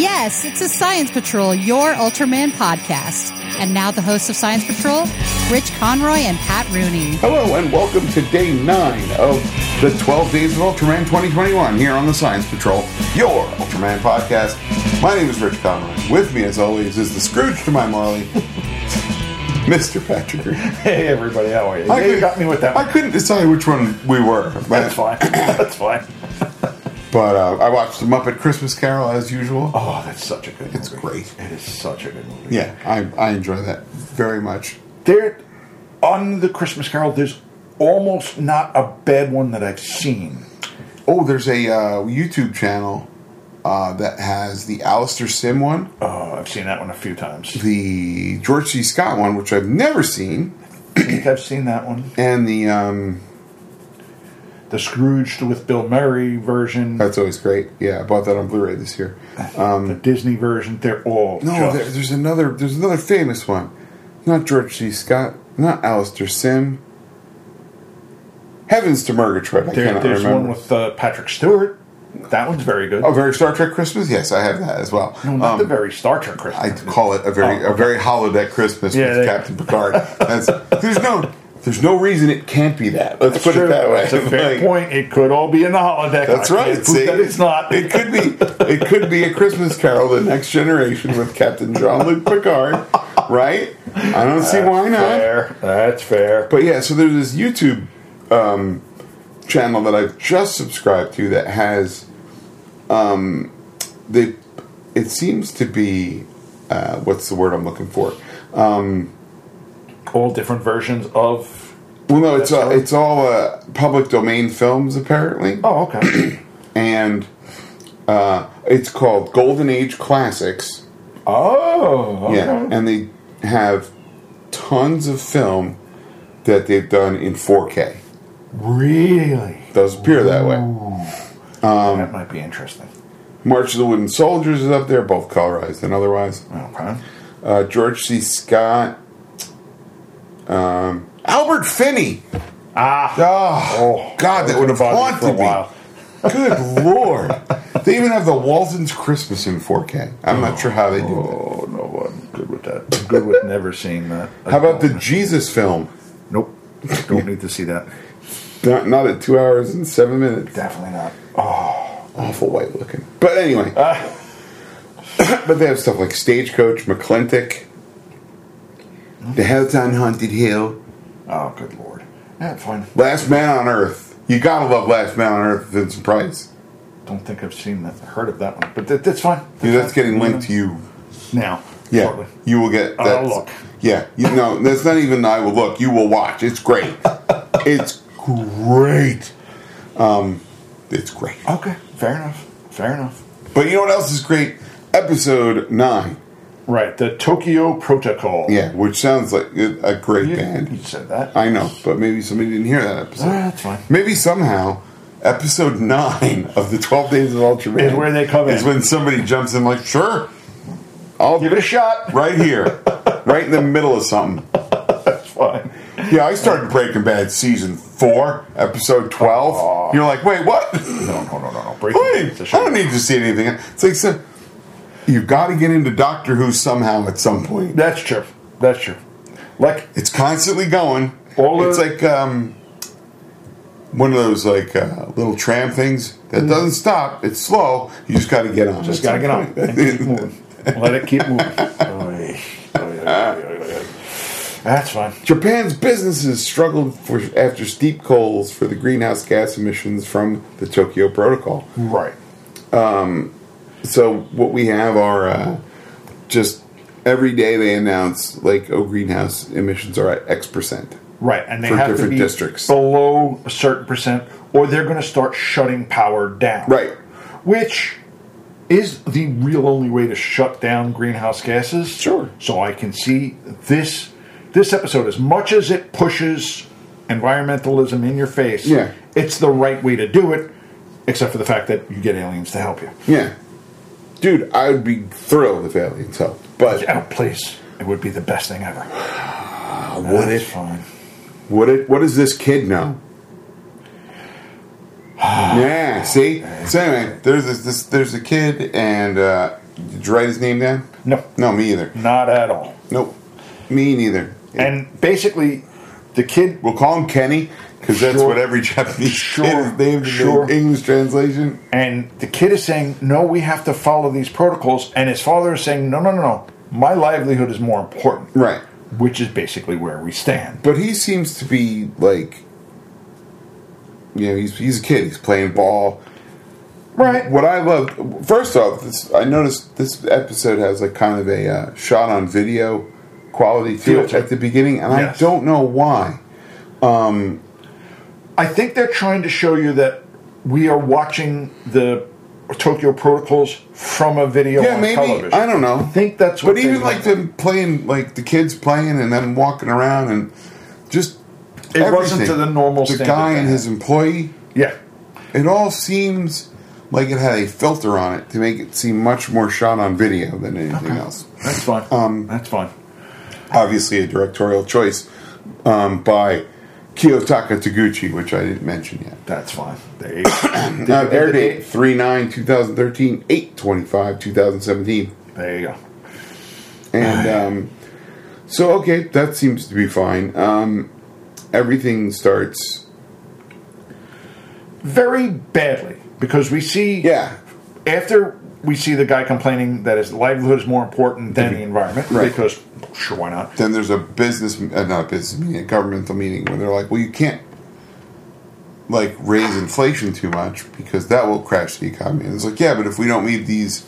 Yes, it's a Science Patrol, your Ultraman podcast. And now the hosts of Science Patrol, Rich Conroy and Pat Rooney. Hello and welcome to day nine of the 12 Days of Ultraman 2021 here on the Science Patrol, your Ultraman podcast. My name is Rich Conroy. With me, as always, is the Scrooge to my Marley, Mr. Patrick. Green. Hey everybody, how are you? I Yeah, you couldn't- got me with that. I One. couldn't decide which one we were, That's but, fine. That's fine. but uh, I watched the Muppet Christmas Carol as usual. Oh, that's such a good. Movie. It's great. It is such a good movie. Yeah, I, I enjoy that very much. There, on the Christmas Carol, there's almost not a bad one that I've seen. Oh, there's a uh, YouTube channel uh, that has the Alistair Sim one. Oh, I've seen that one a few times. the George C. Scott one, which I've never seen, I think I've seen that one. and the um, The Scrooged with Bill Murray version, that's always great. Yeah, I bought that on Blu-ray this year. the Disney version. They're all Um, No, just- there, there's another. There's another famous one. Not George C. Scott. Not Alistair Sim. Heavens to Murgatroyd. I there- cannot there's remember. one with uh, Patrick Stewart. That one's very good. oh, very Star Trek Christmas. Yes, I have that as well. no, not Um, the very Star Trek Christmas. I call it a very Oh. a very holodeck Christmas Yeah, with they- Captain Picard. That's, there's no there's no reason it can't be that. Let's put True. it that way. That's a fair Like, point. It could all be in the holodeck. That's I can't right. prove See, that it's not. It could be. It could be a Christmas Carol, the Next Generation, with Captain Jean Luc Picard. Right? I don't see why not. Fair. That's fair. But yeah, so there's this YouTube um, channel that I've just subscribed to that has, um, they, it seems to be, uh, what's the word I'm looking for? all different versions of. Well, no, it's uh, Sorry. it's all uh, public domain films apparently. Oh, okay. and uh, it's called Golden Age Classics. oh, okay. Yeah, and they have tons of film that they've done in 4K. really? Does appear that way. Oh. Um, that might be interesting. March of the Wooden Soldiers is up there, both colorized and otherwise. Okay. Uh, George C. Scott, um, Albert Finney. Ah. Oh, God, that would have bothered me haunted me. Good lord! They even have the Waltons Christmas in 4K. I'm not sure how they do it. Oh no, I'm good with that. I'm good with never seeing that. How about the Jesus film? Nope. Don't need to see that. Not, not at two hours and seven minutes. Definitely not. awful white looking. But anyway. but they have stuff like Stagecoach, McClintock, The Helltown Haunted Hill, Oh, good lord. Yeah, fine. Last Man on Earth. You gotta love Last Man on Earth, Vincent Price. Don't think I've seen that, heard of that one, but that, that's fine. Dude, that's getting linked to you. now. Yeah, shortly. you will get. I'll that's- look. Yeah, you know that's not even. I will look. You will watch. It's great. it's great. Um, it's great. Okay, fair enough. Fair enough. But you know what else is great? Episode nine. Right, the Tokyo Protocol. Yeah, which sounds like a a great you, band. you said that. I know, but maybe somebody didn't hear that episode. Ah, that's fine. Maybe somehow, episode nine of the Twelve Days of Ultraman Is where they come Is in. when somebody jumps in like, sure, I'll Give it a shot. right here, right in the middle of something. That's fine. Yeah, I started Breaking Bad season four, episode twelve. You're like, wait, what? No, no, no, no, no. Break wait, I don't need to see anything. It's like, so, you've got to get into Doctor Who somehow at some point. That's true. That's true. Like, It's constantly going. All the- it's like um, one of those like uh, little tram things that doesn't stop. It's slow. You just got to get on. Mm. just gotta get on and keep moving. Let it keep moving. Oy. Oy, oy, oy, oy, oy. That's fine. Japan's businesses struggled for, after steep calls for the greenhouse gas emissions from the Tokyo Protocol. Right. So what we have are uh, just every day they announce like oh greenhouse emissions are at X percent. Right, and they For have different to be districts. below a certain percent, or they're going to start shutting power down. Right. which is the real only way to shut down greenhouse gases. Sure. So I can see this this episode, as much as it pushes environmentalism in your face, Yeah. it's the right way to do it. Except for the fact that you get aliens to help you. Yeah, dude, I would be thrilled if aliens helped, but Oh, please. It would be the best thing ever. would That's it? fine. What it, what does this kid know? yeah, see. So anyway, there's this, this there's a kid and uh, Did you write his name down? No, No, me either. not at all. Nope. Me neither. And basically, the kid we'll call him Kenny because that's Sure. what every Japanese Sure. kid is named in Sure. the English translation. and the kid is saying, "No, we have to follow these protocols," and his father is saying, "No, no, no, no. My livelihood is more important." Right. Which is basically where we stand. But he seems to be like, you know, he's, he's a kid. He's playing ball. Right. What I love, first off, this, I noticed this episode has like kind of a uh, shot on video quality to it Theater. at the beginning, and I Yes. don't know why. I think they're trying to show you that we are watching the Tokyo protocols from a video Yeah, on maybe television. I don't know. I think that's what but they even like want. them playing, like the kids playing and them walking around and just It wasn't to the normal The standard guy they and had. his employee. Yeah. It all seems like it had a filter on it to make it seem much more shot on video than anything else. That's fine. that's fine. Obviously, a directorial choice um, by Kiyotaka Taguchi, which I didn't mention yet. That's fine. They, Uh, air date 3 9 2013, 8 25 2017. There you go. And um, so, okay, that seems to be fine. Um, everything starts. Very badly because we see Yeah. after we see the guy complaining that his livelihood is more important than the environment Right. because sure why not Then there's a business, uh, not a business meeting, a governmental meeting where they're like, well, you can't like raise inflation too much because that will crash the economy. And it's like, yeah, but if we don't meet these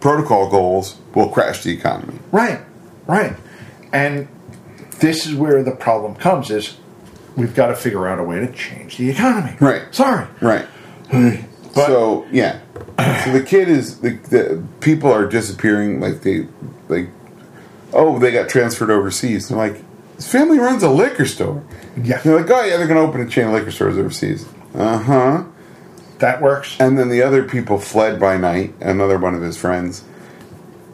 protocol goals, we'll crash the economy. right right and this is where the problem comes is we've got to figure out a way to change the economy Right. sorry Right. But- so yeah, so the kid is the, the people are disappearing. Like they, like, oh, they got transferred overseas. They're like, his family runs a liquor store. Yeah. They're like, oh yeah, they're gonna open a chain of liquor stores overseas. Uh huh. that works And then the other people fled by night. Another one of his friends.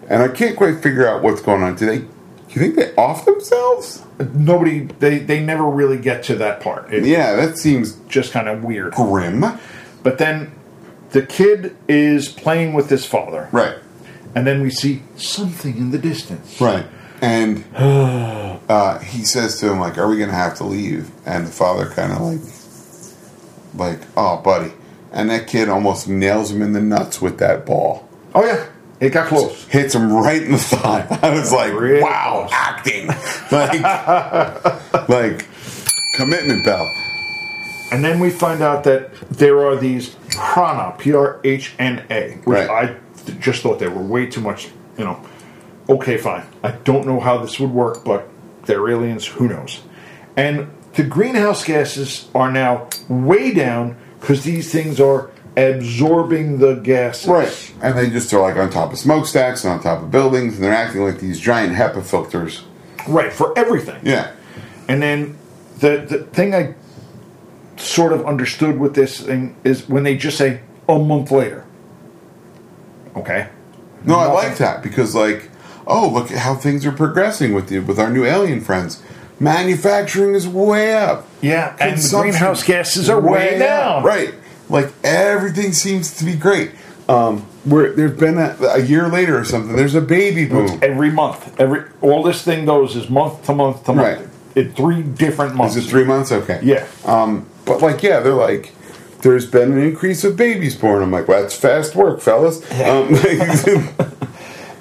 And I can't quite figure out what's going on. Do they? Do you think they off themselves? nobody they they never really get to that part it Yeah, that seems just kind of weird grim. but then the kid is playing with his father Right. and then we see something in the distance Right. And uh, he says to him, like, are we going to have to leave? And the father kind of like, like, oh, buddy. And that kid almost nails him in the nuts with that ball. oh yeah it got close Hits him right in the thigh. I was like, Really wow, close. acting. Like, like commitment bell. And then we find out that there are these prana, P R H N A, which Right. I th- just thought they were way too much, you know. Okay, fine. I don't know how this would work, but they're aliens, who knows? And the greenhouse gases are now way down because these things are absorbing the gases. Right. And they just are like on top of smokestacks and on top of buildings, and they're acting like these giant HEPA filters. Right, for everything. Yeah. And then the, the thing I sort of understood with this thing is when they just say a month later. Okay. No, I Nothing. like that because like, oh, look at how things are progressing with the with our new alien friends. Manufacturing is way up. Yeah, and the Consumption greenhouse gases are way, down. up. Right. Like everything seems to be great. Um, where there's been a, a year later or something, there's a baby boom. Every month, every all this thing goes is month to month to month. Right. It three different months. Is it three months? Okay. Yeah. Um, but like, yeah, they're like, there's been an increase of babies born. I'm like, well, that's fast work, fellas. Um, hey,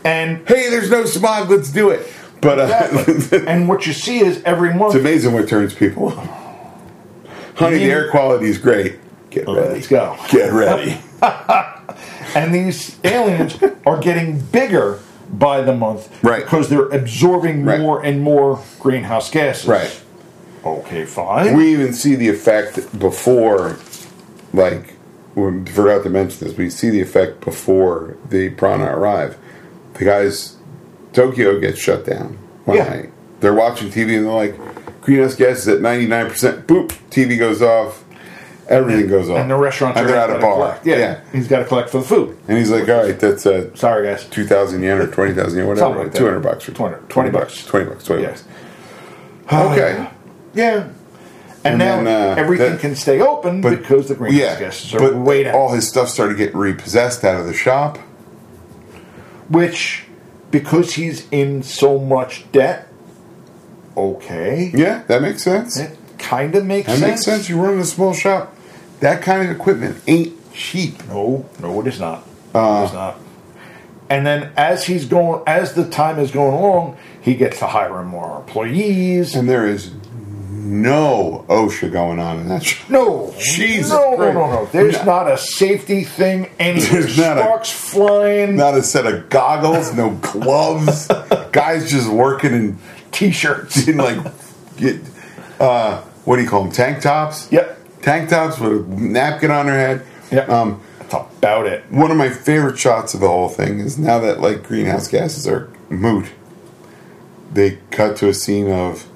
And there's no smog. Let's do it. But uh, and what you see is every month It's amazing what turns people on. Honey, the air quality is great. Get ready. let's go. Get ready. and these aliens are getting bigger by the month Right. because they're absorbing Right. more and more greenhouse gases. right. Okay, fine. We even see the effect before, like, we forgot to mention this. We see the effect before the prana arrive. The guys, Tokyo gets shut down one Yeah. night. They're watching TV and they're like, greenhouse gas is at 99%. Boop, TV goes off. Everything goes off. and the restaurants And they're are out of gotta bar. collect. Yeah. Yeah. he's got to collect for the food. And he's like, all right, that's a Sorry, guys. two thousand yen or twenty thousand yen, whatever, Something like that. two hundred bucks or 200, 20 bucks. twenty bucks, twenty Yes. Oh, bucks. Okay, Yeah. And, And now then, uh, everything that- can stay open because the greenhouse yeah, gases are but way down. all his stuff started getting repossessed out of the shop. which because he's in so much debt, okay, Yeah, that makes sense. that kind of makes That sense. makes sense. You run a small shop. That kind of equipment ain't cheap. No, no, it is not. Uh. it is not. And then as he's going, as the time is going along, he gets to hire more employees. And there is no OSHA going on in that shop. no, Jesus no, no, Christ. no, no. There's No. not a safety thing anywhere. There's not a- Sparks flying, Not a set of goggles, no gloves. Guys just working in, t-shirts. in like, get, uh, what do you call them? Tank tops? Yep. Tank tops with a napkin on their head. Yep. Um, That's about it. one of my favorite shots of the whole thing is now that like greenhouse gases are moot, they cut to a scene of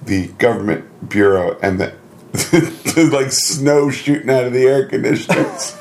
the government bureau and the, the like snow shooting out of the air conditioners.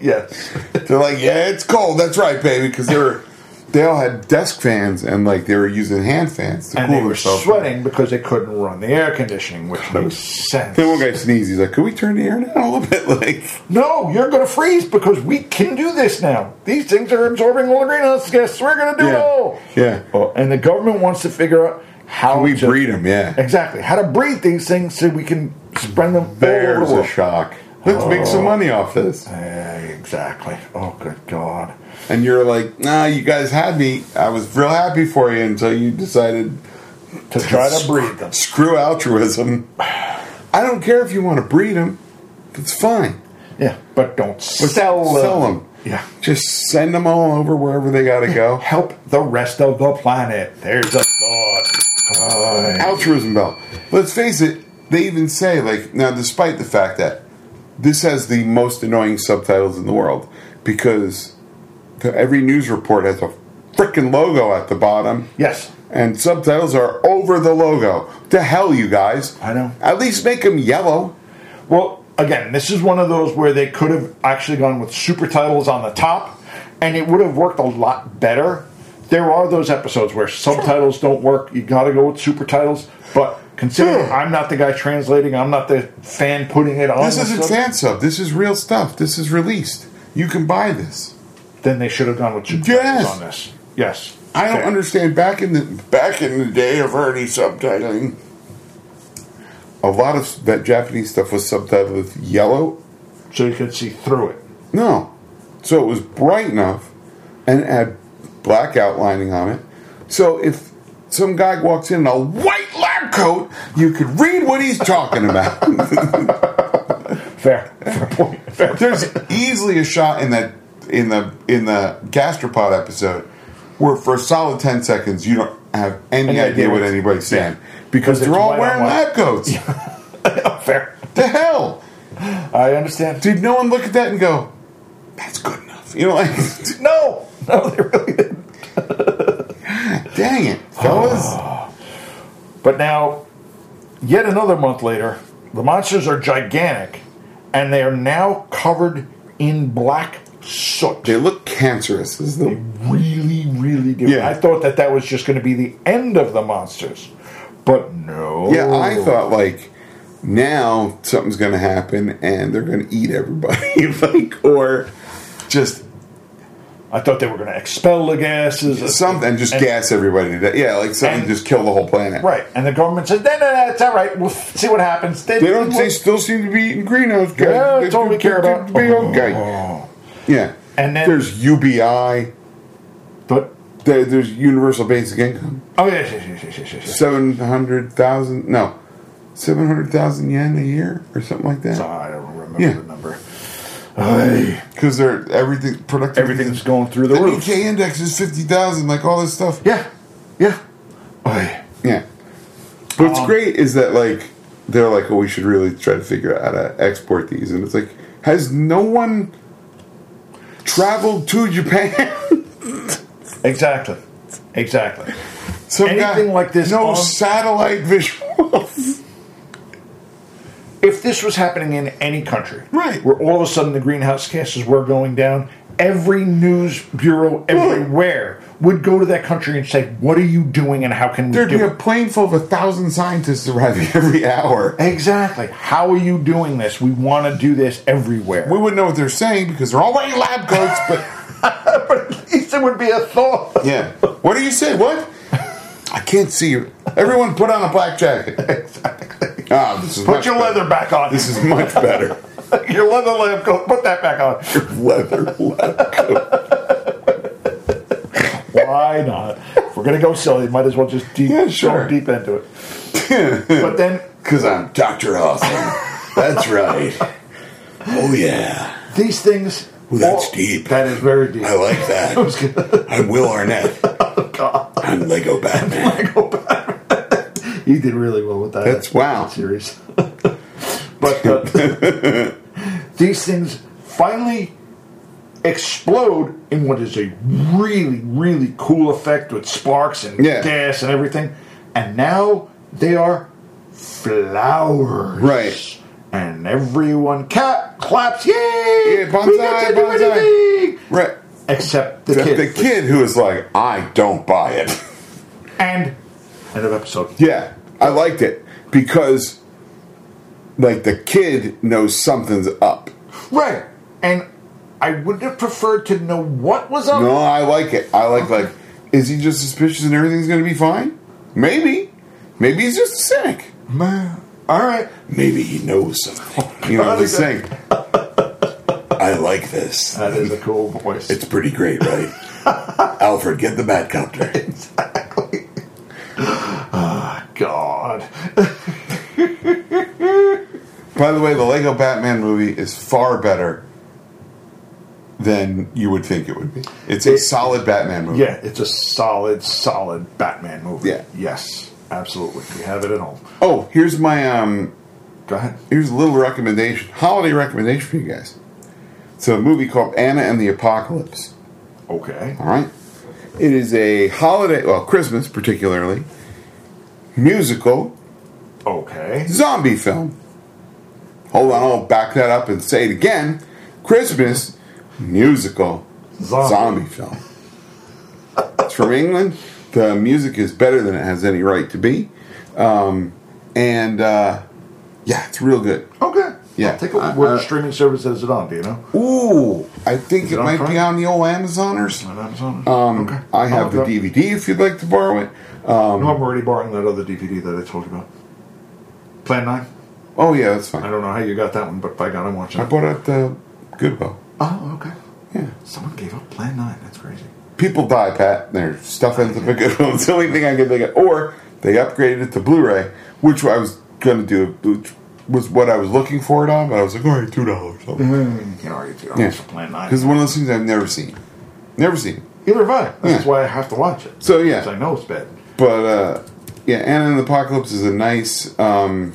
Yes. They're like, yeah, it's cold. That's right, baby, because they were they all had desk fans and like they were using hand fans to and cool they were themselves. sweating because they couldn't run the air conditioning, which makes sense. Then one guy sneezes. He's like, "Could we turn the air down a little bit?" Like, No, you're going to freeze because we can do this now. These things are absorbing all the greenhouse gases. We're going to do it all. yeah, Oh, And the government wants to figure out how we to- breed them. Yeah, Exactly, how to breed these things so we can spread them all over There's the a world. shock. Let's make some money off this. Yeah, exactly. Oh, good God. And you're like, nah, you guys had me. I was real happy for you until you decided To try to breed them. Screw altruism. I don't care if you want to breed them. It's fine. Yeah, but don't But sell them. Sell them. Yeah. Just send them all over wherever they got to go. Help the rest of the planet. There's a thought. God. altruism bell. Let's face it, they even say, like, now, despite the fact that this has the most annoying subtitles in the world because the, every news report has a freaking logo at the bottom. Yes. And subtitles are over the logo. To hell, you guys. I know. At least make them yellow. Well, again, this is one of those where they could have actually gone with super titles on the top, and it would have worked a lot better. There are those episodes where subtitles don't work. You got to go with super titles. But Hmm. considering I'm not the guy translating, I'm not the fan putting it on. This the isn't sub- fan sub. This is real stuff. This is released. You can buy this. Then they should have gone with super Yes. titles on this. Yes. I don't Fair. understand. Back in the back in the day of early subtitling, a lot of that Japanese stuff was subtitled with yellow. So you could see through it. No, so it was bright enough and it had black outlining on it. So if some guy walks in in a white lab coat, you could read what he's talking about. Fair. Fair point. Fair. There's easily a shot in that in the in the gastropod episode where for a solid ten seconds you don't have any, Any idea, idea what what's- anybody's saying because Because they're it's all white on wearing white. lab coats. Fair. The hell I understand. did no one look at that and go, "That's good enough"? You know, like, No. No, they really didn't. dang it, Oh. fellas. But now, yet another month later, the monsters are gigantic and they are now covered in black soot. They look cancerous. Is the really, really do. Yeah. I thought that that was just going to be the end of the monsters. But no. yeah? I Oh. thought like now something's going to happen and they're going to eat everybody, like or just I thought they were going to expel the gases. something and just And- gas everybody to death. Yeah, like something And- just kill the whole planet. Right. And the government says, no, no, no, it's all right. We'll f- see what happens. They don't. They still seem to be eating greenhouse gases. Yeah, They that's all we do- care they about. do Be okay. Oh. Yeah. And then- there's UBI. But, There, there's universal basic income. oh, yes, yes, yes, yes, yes, yes. Seven hundred thousand. No, seven hundred thousand yen a year or something like So that. I don't remember Yeah. the number. Ay. Because they're everything productive. Everything's going through the The roof. Nikkei E index is fifty thousand. Like all this stuff. Yeah, yeah. Oy. Yeah. What's Um, great is that like they're like, oh, we should really try to figure out how to export these, and it's like, has no one traveled to Japan? Exactly, exactly. Some Anything like this No on- satellite visuals. If this was happening in any country, Right. where all of a sudden the greenhouse gases were going down, every news bureau everywhere would go to that country and say, "What are you doing, and how can we There'd be do a it?" plane full of a thousand scientists arriving every hour. Exactly. How are you doing this? We want to do this everywhere. We wouldn't know what they're saying because they're all wearing lab coats, but but at least it would be a thought. Yeah. What do you say? What? I can't see you. Everyone put on a black jacket. Exactly. Ah, this is Put much your better. leather back on. This is much better. your leather lamp coat. Put that back on. leather lab coat. Why not? If we're gonna go silly, might as well just deep, Yeah, sure. go deep into it. but then Because I'm Dr. Awesome. That's right. Oh, yeah. these things. Ooh, that's deep. That is very deep. I like that. I'm Will Arnett. Oh, I'm Lego Batman. You did really well with that. That's- wow. that series. but uh, these things finally explode in what is a really, really cool effect with sparks and Yeah. gas and everything. And now they are flowers. Right. And everyone ca- claps. Yay! Yeah, we got bonsai, to do bonsai. anything! Right. Except the The kid. the kid who was like, I don't buy it. And end of episode. Yeah, I liked it because, like, the kid knows something's up. Right. And I would have preferred to know what was up. No, I like it. I like like. Is he just suspicious and everything's going to be fine? Maybe. Maybe he's just a cynic. Man. All right. Maybe he knows something. You know, they saying. I like this. That is a cool voice. It's pretty great, right? Alfred, get the Batcopter. God. By the way, the Lego Batman movie is far better than you would think it would be. It's a It- solid Batman movie. Yeah, it's a solid, solid Batman movie. Yeah. Yes, absolutely. We have it at home. Oh, here's my um Go ahead. here's a little recommendation, holiday recommendation for you guys. It's a movie called Anna and the Apocalypse. Okay. All right. It is a holiday, well, Christmas particularly, musical Okay. zombie film. Hold on, I'll back that up and say it again. Christmas musical Zombie. zombie film. It's from England. The music is better than it has any right to be. Um, and uh, yeah, it's real good. Okay. Yeah. I'll take a look. Uh, What uh, streaming service has it on? Do you know? Ooh, I think it it on might be Prime? on the old Amazoners. On Amazon. Um, Oh, okay. I have the um, I'll look it DVD if you'd like to borrow it. up. No, I'm already borrowing that other DVD that I told you about. Plan 9. Oh yeah, that's I fine. don't know how you got that one, but by God, I'm watching I it. bought it at the Goodwill. Oh, okay. Yeah. Someone gave up Plan 9. That's crazy. People die, Pat. and Their stuff ends up at Goodwill. It's the only thing I can think of. Or they upgraded it to Blu-ray, which I was going to do, which was what I was looking for it on. But I was like, all right, two dollars. Mm-hmm. You can argue two Yeah, dollars for Plan 9. because one of those things I've never seen, never seen. Either have I. Yeah. That's why I have to watch it. So yeah, Because I know it's bad. But uh, yeah, Anna and the Apocalypse is a nice. Um,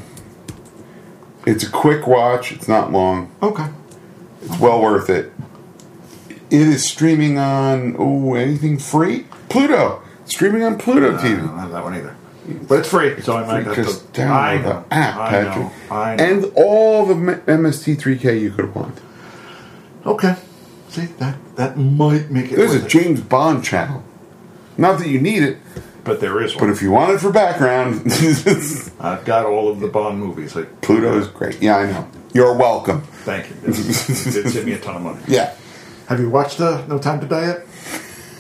it's a quick watch. It's not long. Okay. It's well worth it. It is streaming on oh anything free Pluto. Streaming on Pluto I don't TV. have that one either. But it's free, so I might have Just to. I download know. the app, I know. Patrick, I know. and all the M- MST3K you could want. okay. See that that might make it. There's worth a it. James Bond channel. Not that you need it, but there is but one. if you want it for background, I've got all of the Bond movies. Like, Pluto is great. Yeah, I know. You're welcome. thank you. It's- It did save me a ton of money. Yeah, Have you watched uh, No Time to Die yet?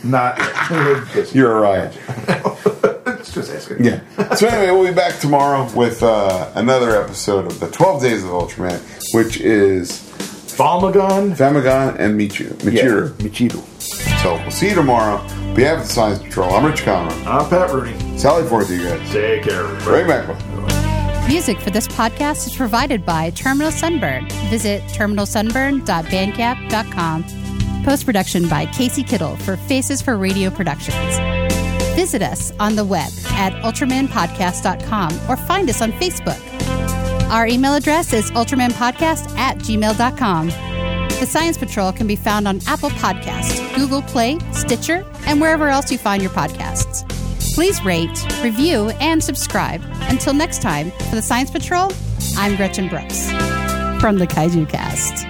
Not. yet. you're a riot. It's just asking. Yeah. So anyway, we'll be back tomorrow with uh, another episode of the Twelve Days of Ultraman, which is Famagon. Famagon and Michiru. Michiru. Michiru. So we'll see you tomorrow. On behalf of the Science Patrol, I'm Rich Conrad. I'm Pat Rooney. Sally Forth, you guys. Take care. everybody. Right back with. Music for this podcast is provided by Terminal Sunburn. Visit terminalsunburn.bandcamp.com. Post production by Casey Kittle for Faces for Radio Productions. Visit us on the web at ultramanpodcast.com or find us on Facebook. Our email address is ultramanpodcast at gmail.com. The Science Patrol can be found on Apple Podcasts, Google Play, Stitcher, and wherever else you find your podcasts. Please rate, review, and subscribe. Until next time, for the Science Patrol, I'm Gretchen Brooks from the Kaiju Cast.